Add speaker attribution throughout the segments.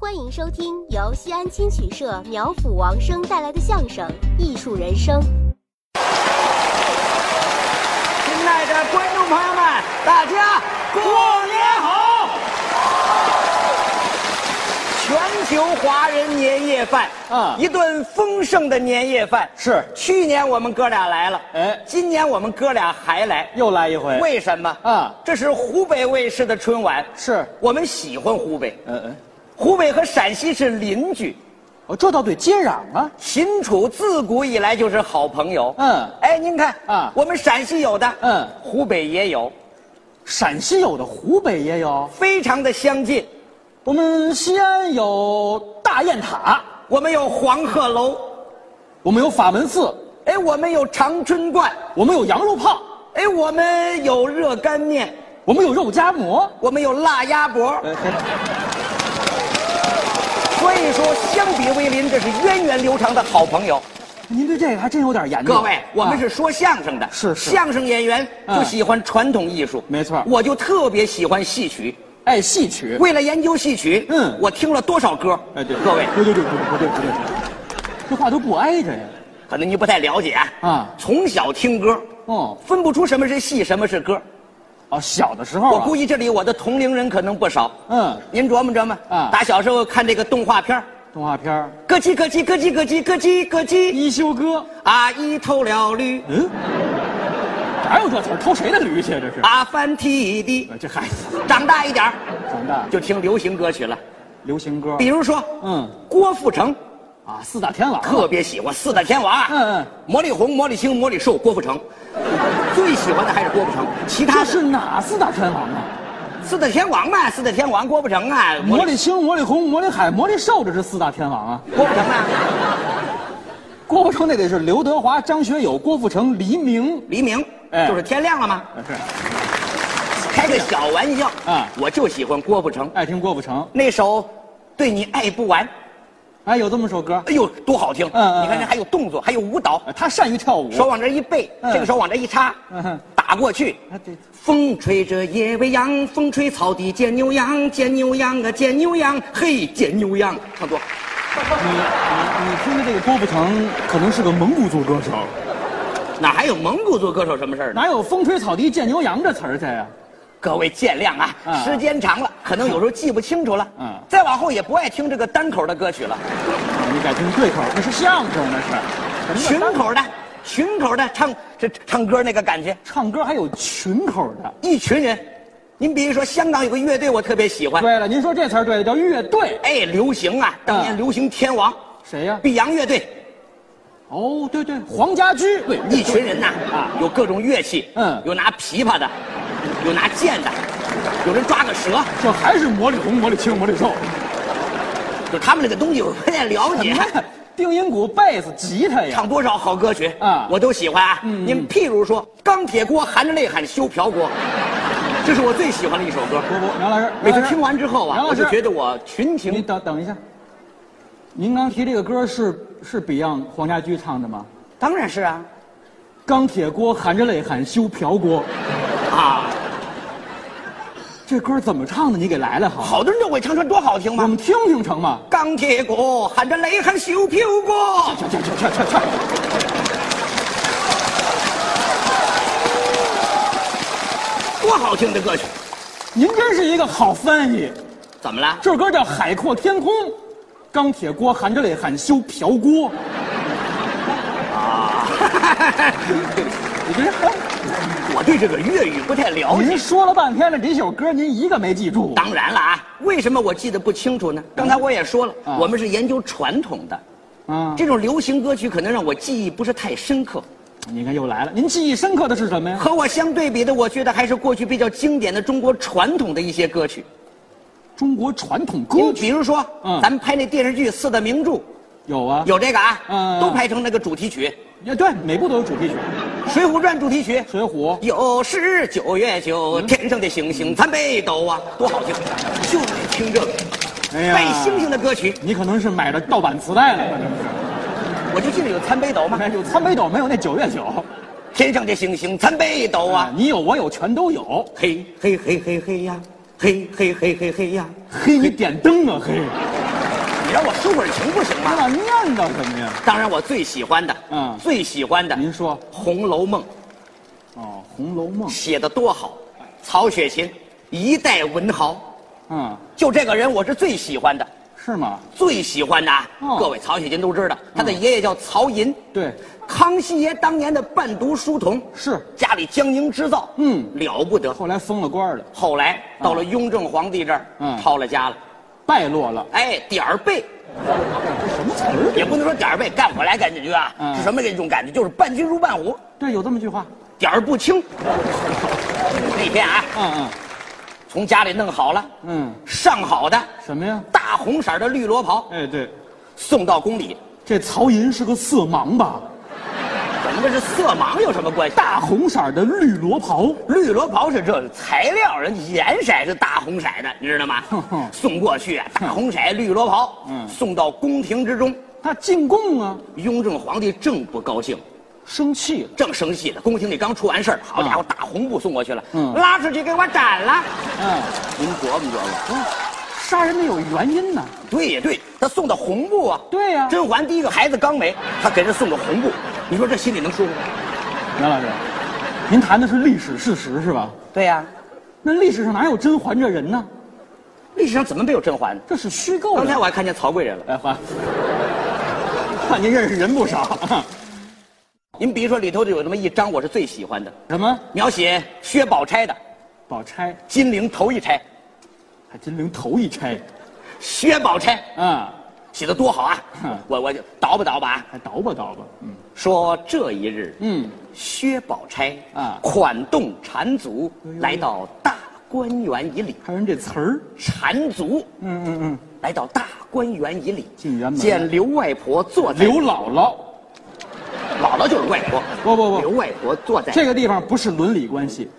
Speaker 1: 欢迎收听由西安青曲社苗阜王声带来的相声《艺术人生》。
Speaker 2: 亲爱的观众朋友们，大家过年好！全球华人年夜饭，
Speaker 3: 啊
Speaker 2: 一顿丰盛的年夜饭。
Speaker 3: 是
Speaker 2: 去年我们哥俩来了，
Speaker 3: 哎
Speaker 2: 今年我们哥俩还来，
Speaker 3: 又来一回。
Speaker 2: 为什么？
Speaker 3: 啊
Speaker 2: 这是湖北卫视的春晚，
Speaker 3: 是
Speaker 2: 我们喜欢湖北，
Speaker 3: 嗯嗯，
Speaker 2: 湖北和陕西是邻居，
Speaker 3: 哦，这倒对，接壤啊，
Speaker 2: 秦楚自古以来就是好朋友。
Speaker 3: 嗯
Speaker 2: 哎，您看
Speaker 3: 啊
Speaker 2: 我们陕西有的，
Speaker 3: 嗯
Speaker 2: 湖北也有，
Speaker 3: 陕西有的，湖北也有。
Speaker 2: 非常的相近。
Speaker 3: 我们西安有大雁塔，
Speaker 2: 我们有黄鹤楼，
Speaker 3: 我们有法门寺，
Speaker 2: 哎，我们有长春观，
Speaker 3: 我们有羊肉泡，
Speaker 2: 哎，我们有热干面，
Speaker 3: 我们有肉夹馍。
Speaker 2: 我们有辣鸭脖。
Speaker 3: 呃，
Speaker 2: 所以说，相比为邻，这是源远流长的好朋友。
Speaker 3: 您对这个还真有点研究。
Speaker 2: 各位，我们是
Speaker 3: 啊
Speaker 2: 说相声的，
Speaker 3: 是是
Speaker 2: 相声演员就
Speaker 3: 嗯
Speaker 2: 喜欢传统艺术，
Speaker 3: 没错
Speaker 2: 我就特别喜欢戏曲，
Speaker 3: 爱戏曲。
Speaker 2: 为了研究戏曲，
Speaker 3: 嗯
Speaker 2: 我听了多少歌？
Speaker 3: 哎，对，
Speaker 2: 各位，
Speaker 3: 对对对对对对对对，这话都不挨着呀。
Speaker 2: 可能你不太了解
Speaker 3: 啊
Speaker 2: 从小听歌，
Speaker 3: 哦
Speaker 2: 分不出什么是戏，什么是歌。
Speaker 3: 哦，小的时候、
Speaker 2: 我
Speaker 3: 啊，
Speaker 2: 估计这里我的同龄人可能不少。
Speaker 3: 嗯
Speaker 2: 您琢磨琢磨
Speaker 3: 啊
Speaker 2: 打小时候看这个动画片儿
Speaker 3: 动画片儿
Speaker 2: 咯叽咯叽咯叽咯叽咯叽咯
Speaker 3: 《
Speaker 2: 叽，
Speaker 3: 一休哥》。
Speaker 2: 阿姨偷了驴，
Speaker 3: 嗯，哪有这词儿？偷谁的驴去啊？这是？
Speaker 2: 阿凡提的。
Speaker 3: 呃这孩子
Speaker 2: 长大一点儿
Speaker 3: 长大
Speaker 2: 就听流行歌曲了，
Speaker 3: 流行歌
Speaker 2: 比如说，
Speaker 3: 嗯，
Speaker 2: 郭富城
Speaker 3: 啊，四大天王
Speaker 2: 特别喜欢四大天王啊，
Speaker 3: 嗯嗯，
Speaker 2: 魔力红、魔力青、魔力寿，郭富城，最喜欢的还是郭富城，其他
Speaker 3: 这
Speaker 2: 是
Speaker 3: 是哪四大天王啊？
Speaker 2: 四大天王嘛，四大天王郭富城啊，
Speaker 3: 魔力青、魔力红、魔力海、魔力兽，这是四大天王啊！
Speaker 2: 郭富城啊，
Speaker 3: 郭富城那得是刘德华、张学友、郭富城、黎明，
Speaker 2: 黎明，
Speaker 3: 哎
Speaker 2: 就是天亮了吗？
Speaker 3: 是
Speaker 2: 开个小玩笑
Speaker 3: 啊
Speaker 2: 我就喜欢郭富城
Speaker 3: 爱听郭富城。
Speaker 2: 那首《对你爱不完》，
Speaker 3: 哎，有这么首歌，
Speaker 2: 哎呦，多好听！
Speaker 3: 嗯嗯
Speaker 2: 你看这还有动作，还有舞蹈，
Speaker 3: 呃他善于跳舞。
Speaker 2: 手往这一背，
Speaker 3: 嗯
Speaker 2: 这个手往这一插
Speaker 3: 嗯哼，
Speaker 2: 打过去。
Speaker 3: 啊，对，
Speaker 2: 风吹着野未央，风吹草低见牛羊，见牛羊啊，见牛羊，嘿，见牛羊，唱 多。
Speaker 3: 你你你听的这个郭富城，可能是个蒙古族歌手，
Speaker 2: 哪还有蒙古族歌手什么事儿呢？
Speaker 3: 哪有“风吹草低见牛羊”这词儿去啊呀？
Speaker 2: 各位见谅啊，
Speaker 3: 嗯
Speaker 2: 时间长了，可能有时候记不清楚了。
Speaker 3: 嗯
Speaker 2: 再往后也不爱听这个单口的歌曲了，
Speaker 3: 啊你改听对口，那是相声，那是
Speaker 2: 群
Speaker 3: 什么叫
Speaker 2: 口的，群口的唱这唱歌那个感觉。
Speaker 3: 唱歌还有群口的。
Speaker 2: 一群人。您比如说，香港有个乐队，我特别喜欢，
Speaker 3: 对了，您说这词儿对了，叫乐队。
Speaker 2: 哎，流行啊，当年
Speaker 3: 嗯
Speaker 2: 流行天王，
Speaker 3: 谁呀、
Speaker 2: 碧昂乐队，
Speaker 3: 哦，对对，黄家驹。对，
Speaker 2: 一群人呐，啊
Speaker 3: 啊，
Speaker 2: 有各种乐器，嗯
Speaker 3: 嗯，
Speaker 2: 有拿琵琶的，有拿剑的，有人抓个蛇，
Speaker 3: 这还是魔力红、魔力青、魔力瘦。
Speaker 2: 就他们这个东西我不太了解，
Speaker 3: 定音鼓、贝斯、吉他呀。
Speaker 2: 唱多少好歌曲啊
Speaker 3: 啊，
Speaker 2: 我都喜欢啊。您譬如说《钢铁锅含着泪喊修瓢锅》，这是我最喜欢的一首歌。
Speaker 3: 不不，杨老师，
Speaker 2: 每次
Speaker 3: 杨老师
Speaker 2: 听完之后啊，
Speaker 3: 杨
Speaker 2: 我
Speaker 3: 老师
Speaker 2: 就觉得我群
Speaker 3: 您
Speaker 2: 情
Speaker 3: 等等一下，您刚提这个歌是是 Beyond 黄家驹唱的吗？
Speaker 2: 当然是啊
Speaker 3: 钢铁锅含着泪喊修瓢锅，
Speaker 2: 啊，
Speaker 3: 这歌怎么唱的？你给来来好吗，
Speaker 2: 好多人都会唱，说多好听
Speaker 3: 我
Speaker 2: 吗？
Speaker 3: 们听听成吗？
Speaker 2: 钢铁锅含着泪喊修瓢锅。
Speaker 3: 去去去去去去！
Speaker 2: 多好听的歌曲！
Speaker 3: 您真是一个好翻译。
Speaker 2: 怎么了？
Speaker 3: 这首歌叫《海阔天空》，钢铁锅含着泪喊修瓢锅。啊 你这
Speaker 2: 我对这个粤语不太了解。
Speaker 3: 您说了半天了，这首歌您一个没记住。
Speaker 2: 当然了啊，为什么我记得不清楚呢？刚才我也说了，
Speaker 3: 啊
Speaker 2: 我们是研究传统的，
Speaker 3: 啊，
Speaker 2: 这种流行歌曲可能让我记忆不是太深刻。
Speaker 3: 你看又来了。您记忆深刻的是什么呀？
Speaker 2: 和我相对比的，我觉得还是过去比较经典的中国传统的一些歌曲。
Speaker 3: 中国传统歌
Speaker 2: 您
Speaker 3: 曲
Speaker 2: 比如说，
Speaker 3: 嗯
Speaker 2: 咱们拍那电视剧《四大名著》，
Speaker 3: 有啊，
Speaker 2: 有这个啊，
Speaker 3: 嗯
Speaker 2: 都拍成那个主题曲，
Speaker 3: 也对，每部都有主题曲，
Speaker 2: 《水浒传》主题曲
Speaker 3: 《。水浒》
Speaker 2: 有时九月九，
Speaker 3: 嗯
Speaker 2: 天上的星星参北斗啊，多好听！就得听这个。
Speaker 3: 哎呀
Speaker 2: 拜星星的歌曲，
Speaker 3: 你可能是买了盗版磁带了，可能是。
Speaker 2: 我就记得有参北斗嘛，
Speaker 3: 有参北斗没有那九月九
Speaker 2: 天上的星星参北斗啊
Speaker 3: 啊，，你有我有全都有。
Speaker 2: 嘿嘿嘿嘿嘿呀，嘿嘿嘿嘿嘿呀，
Speaker 3: 嘿，你点灯啊嘿！
Speaker 2: 你让我收本情不行
Speaker 3: 你
Speaker 2: 吗？
Speaker 3: 老念叨什么呀？
Speaker 2: 当然，我最喜欢的，
Speaker 3: 嗯
Speaker 2: 最喜欢的，
Speaker 3: 您说，
Speaker 2: 《红楼梦》
Speaker 3: 哦，《红楼梦》，
Speaker 2: 写的多好，曹雪芹一代文豪，
Speaker 3: 嗯，
Speaker 2: 就这个人我是最喜欢的，
Speaker 3: 是吗？
Speaker 2: 最喜欢的啊！
Speaker 3: 哦
Speaker 2: 各位，曹雪芹都知道，他的爷爷叫曹寅，
Speaker 3: 对，
Speaker 2: 康熙爷当年的伴读书童，
Speaker 3: 是
Speaker 2: 家里江宁织造，
Speaker 3: 嗯
Speaker 2: 了不得。
Speaker 3: 后来封了官了，
Speaker 2: 后来到了雍正皇帝这儿，
Speaker 3: 嗯
Speaker 2: 抄了家了，
Speaker 3: 败落了，
Speaker 2: 哎，点儿背。
Speaker 3: 什么词儿？啊
Speaker 2: 也不能说点儿背，干活来感觉啊，
Speaker 3: 嗯
Speaker 2: 是什么这种感觉？就是伴君如伴虎，
Speaker 3: 对，有这么句话，
Speaker 2: 点儿不清。 那天啊，
Speaker 3: 嗯嗯
Speaker 2: 从家里弄好了，
Speaker 3: 嗯，
Speaker 2: 上好的
Speaker 3: 什么呀？
Speaker 2: 大红色的绿罗袍
Speaker 3: 哎，对，
Speaker 2: 送到宫里，
Speaker 3: 这曹寅是个色盲吧？
Speaker 2: 怎么跟这色盲有什么关系？大
Speaker 3: 大红色的绿罗袍，
Speaker 2: 绿罗袍是这材料，人家颜色是大红色的，你知道吗
Speaker 3: 哼哼？
Speaker 2: 送过去啊，大红色绿罗袍，
Speaker 3: 嗯
Speaker 2: 送到宫廷之中，
Speaker 3: 他进贡啊，
Speaker 2: 雍正皇帝正不高兴。
Speaker 3: 生气了，
Speaker 2: 正生气呢，宫廷里刚出完事儿，好家伙，大红布送过去了，
Speaker 3: 嗯
Speaker 2: 拉出去给我斩了。
Speaker 3: 嗯，
Speaker 2: 您琢磨琢磨，
Speaker 3: 杀人得有原因呐，
Speaker 2: 对呀，对，他送的红布啊，
Speaker 3: 对呀
Speaker 2: 甄嬛第一个孩子刚没，他给人送的红布，你说这心里能舒服吗？
Speaker 3: 袁老师，您谈的是历史事实是吧？
Speaker 2: 对呀、
Speaker 3: 那历史上哪有甄嬛这人呢？
Speaker 2: 历史上怎么没有甄嬛呢？
Speaker 3: 这是虚构的。
Speaker 2: 刚才我还看见曹贵人了。
Speaker 3: 哎，华， 看您认识人不少。
Speaker 2: 您比如说里头就有那么一章，我是最喜欢的，
Speaker 3: 什么？
Speaker 2: 描写薛宝钗的
Speaker 3: 宝钗，
Speaker 2: 金陵头一钗，
Speaker 3: 还金陵头一钗，
Speaker 2: 薛宝钗
Speaker 3: 啊，
Speaker 2: 写的多好啊
Speaker 3: 哼！
Speaker 2: 我我就倒吧倒吧啊，
Speaker 3: 还倒吧倒吧，嗯
Speaker 2: 说这一日，
Speaker 3: 嗯，
Speaker 2: 薛宝钗
Speaker 3: 啊
Speaker 2: 款动缠足
Speaker 3: 哎呦
Speaker 2: 来到大观园以里，
Speaker 3: 还有人这词儿，
Speaker 2: 缠足
Speaker 3: 嗯嗯嗯，
Speaker 2: 来到大观园以里，
Speaker 3: 进园门
Speaker 2: 见刘外婆坐在
Speaker 3: 刘姥姥，
Speaker 2: 姥姥就是外婆，
Speaker 3: 不不不
Speaker 2: 刘外婆坐在
Speaker 3: 这个地方不是伦理关系，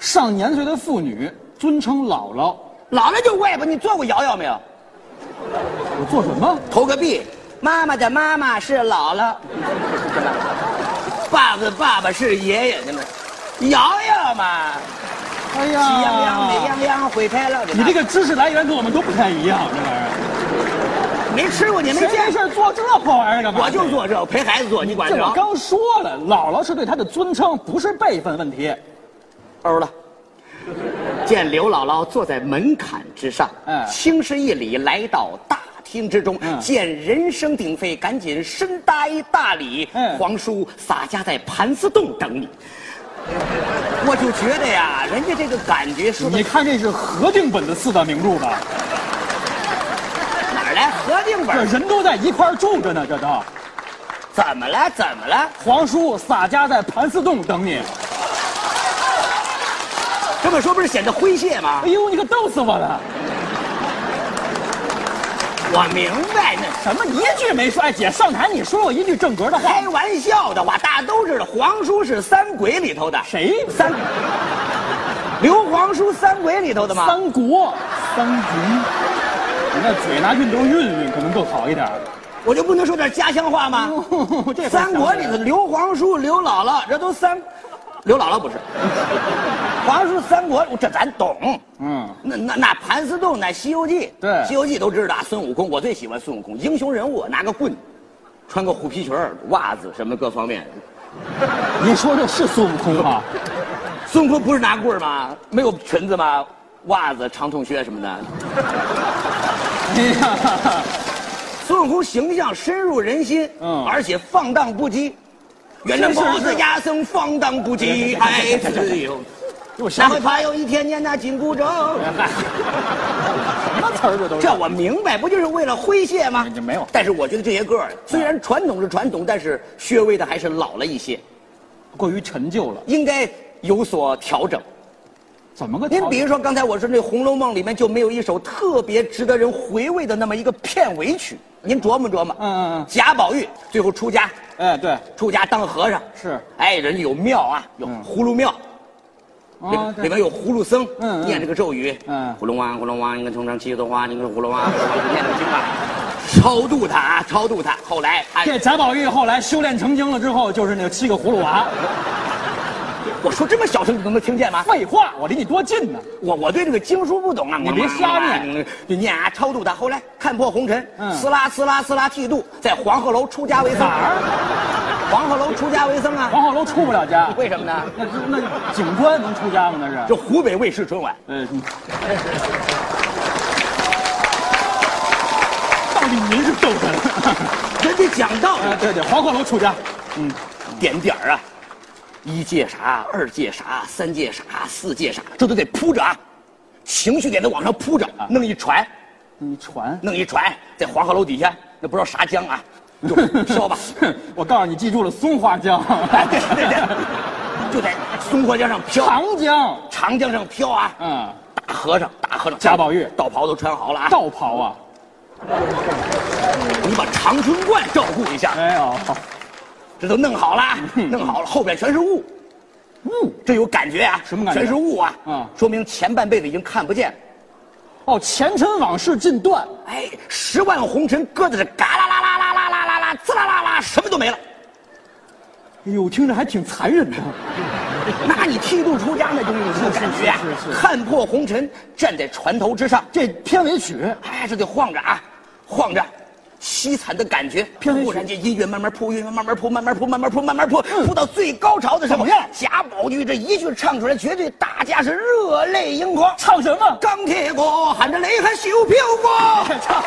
Speaker 3: 上年岁的妇女尊称姥姥，
Speaker 2: 姥姥就是外婆，你坐过瑶瑶没有？
Speaker 3: 我做什么？
Speaker 2: 投个币，妈妈的妈妈是姥姥，爸爸的爸爸是爷爷，你们瑶瑶嘛，
Speaker 3: 哎
Speaker 2: 喜洋洋美洋洋会拍了，
Speaker 3: 你这个知识来源跟我们都不太一样，这玩意儿，
Speaker 2: 没吃过，你没
Speaker 3: 谁
Speaker 2: 见
Speaker 3: 没
Speaker 2: 过，
Speaker 3: 事做这破玩意儿干嘛？
Speaker 2: 我就做这，我陪孩子做，你管
Speaker 3: 这我
Speaker 2: 着？
Speaker 3: 刚说了，姥姥是对她的尊称，不是辈分问题。
Speaker 2: 欧了。见刘姥姥坐在门槛之上，
Speaker 3: 嗯
Speaker 2: 轻施一礼，来到大厅之中，
Speaker 3: 嗯
Speaker 2: 见人声鼎沸，赶紧深搭一大礼。
Speaker 3: 嗯
Speaker 2: 皇叔洒家在盘丝洞等你。我就觉得呀，人家这个感觉说的
Speaker 3: 你看这是核定本的四大名著吧？
Speaker 2: 哪儿来核定本
Speaker 3: 这
Speaker 2: 儿？
Speaker 3: 人都在一块儿住着呢，这都。
Speaker 2: 怎么了？怎么了？
Speaker 3: 皇叔洒家在盘丝洞等你。
Speaker 2: 这么说不是显得诙谐吗
Speaker 3: 哎？呦，你可逗死我了！
Speaker 2: 我明白那。
Speaker 3: 什么一句没说？哎，姐上台你说过一句正格的话
Speaker 2: 开。玩笑的话，大家都知道，皇叔是三鬼里头的，
Speaker 3: 谁？
Speaker 2: 三刘皇叔三鬼里头的吗？
Speaker 3: 三国，三国。你那嘴拿熨斗熨熨，可能更好一点。
Speaker 2: 我就不能说点家乡话吗？
Speaker 3: 哦这
Speaker 2: 三国里的刘皇叔、刘姥姥，这都三，刘姥姥不是，皇叔三国这咱懂。
Speaker 3: 嗯，
Speaker 2: 那那那盘丝洞，那《西游记》
Speaker 3: 对
Speaker 2: 西游记》都知道啊。孙悟空，我最喜欢孙悟空，英雄人物，拿个棍，穿个虎皮裙儿袜子什么各方面。
Speaker 3: 您说这是孙悟空 吗？
Speaker 2: 孙悟空不是拿棍儿吗？没有裙子吗？袜子、长筒靴什么的。
Speaker 3: 哎呀，
Speaker 2: 孙悟空形象深入人心，
Speaker 3: 嗯
Speaker 2: 而且放荡不羁。原来
Speaker 3: 是
Speaker 2: 包
Speaker 3: 是
Speaker 2: 子牙僧放荡不羁，爱自由。
Speaker 3: 给我
Speaker 2: 哪
Speaker 3: 想
Speaker 2: 会
Speaker 3: 想，
Speaker 2: 怕有一天念那紧箍咒？
Speaker 3: 哎什么词儿这都是？
Speaker 2: 这我明白，不就是为了诙谐吗？
Speaker 3: 这没有
Speaker 2: 但是我觉得这些歌
Speaker 3: 嗯
Speaker 2: 儿虽然传统是传统，但是薛微的还是老了一些，
Speaker 3: 过于陈旧了。
Speaker 2: 应该有所调整。
Speaker 3: 怎么个？
Speaker 2: 您比如说刚才我说那《红楼梦》里面就没有一首特别值得人回味的那么一个片尾曲，您琢磨琢磨。
Speaker 3: 嗯嗯嗯
Speaker 2: 贾宝玉最后出家，
Speaker 3: 哎，对，
Speaker 2: 出家当和尚
Speaker 3: 是，
Speaker 2: 哎，人家有庙啊，有
Speaker 3: 嗯
Speaker 2: 葫芦庙，里
Speaker 3: 啊，
Speaker 2: 里
Speaker 3: 对
Speaker 2: 面有葫芦僧，
Speaker 3: 嗯嗯
Speaker 2: 念这个咒语，
Speaker 3: 嗯
Speaker 2: 葫芦娃，葫芦娃，你看从上七朵花，你看葫芦娃，葫芦娃念这个经啊，超度他啊，超度他。后来，哎，
Speaker 3: 这贾宝玉后来修炼成精了之后，就是那七个葫芦娃，
Speaker 2: 我说这么小声你都能听见吗？
Speaker 3: 废话，我离你多近呢！
Speaker 2: 我我对这个经书不懂啊，
Speaker 3: 你别瞎念
Speaker 2: 嗯，就念啊超度他。后来看破红尘，
Speaker 3: 嗯
Speaker 2: 斯拉斯拉斯拉剃度，在黄鹤楼出家为僧。
Speaker 3: 哪儿？
Speaker 2: 黄鹤楼出家为僧啊？
Speaker 3: 黄鹤楼出不了家。
Speaker 2: 为什么呢？
Speaker 3: 那那警官能出家吗？那是。
Speaker 2: 这湖北卫视春晚，
Speaker 3: 嗯。到底您是逗哏？
Speaker 2: 人家讲道
Speaker 3: 啊，
Speaker 2: 理，
Speaker 3: 对对，黄鹤楼出家。嗯，
Speaker 2: 点点儿啊，一戒啥，二戒啥，三戒啥，四戒啥，这都得铺着啊，情绪得在往上铺着，
Speaker 3: 啊
Speaker 2: 弄一船，
Speaker 3: 你传。
Speaker 2: 弄一船，在黄鹤楼底下，那不知道啥江啊，就烧吧。
Speaker 3: 我告诉你，记住了，松花江，
Speaker 2: 哎，对对对，就在松花江上飘，
Speaker 3: 长江，
Speaker 2: 长江上飘啊！
Speaker 3: 嗯，
Speaker 2: 大和尚，大和尚，
Speaker 3: 贾宝玉
Speaker 2: 道袍都穿好了啊！
Speaker 3: 道袍啊，
Speaker 2: 你把长春观照顾一下，
Speaker 3: 没有，
Speaker 2: 这都弄好了啊，
Speaker 3: 嗯
Speaker 2: 弄好了，后边全是雾，雾，这有感觉啊？
Speaker 3: 什么感觉
Speaker 2: 全是雾啊！
Speaker 3: 嗯
Speaker 2: 说明前半辈子已经看不见了。
Speaker 3: 哦，前尘往事尽断，
Speaker 2: 哎，十万红尘搁在这，嘎啦啦啦啦啦啦啦啦，滋啦啦啦，什么都没了。
Speaker 3: 哎呦，听着还挺残忍的，
Speaker 2: 那你剃度出家那就是有什么感觉啊
Speaker 3: 是是是？是
Speaker 2: 看破红尘，站在船头之上，
Speaker 3: 这片尾曲，
Speaker 2: 哎，这得晃着啊，晃着，凄惨的感觉。
Speaker 3: 偏离
Speaker 2: 忽然间，音乐慢慢铺，音乐慢慢铺，慢慢铺，慢慢铺，慢慢铺，铺到最高潮的时候，
Speaker 3: 嗯怎么样
Speaker 2: 贾宝玉这一句唱出来，绝对大家是热泪盈眶。
Speaker 3: 唱什么？
Speaker 2: 钢铁国喊着雷还锈飘过，
Speaker 3: 唱，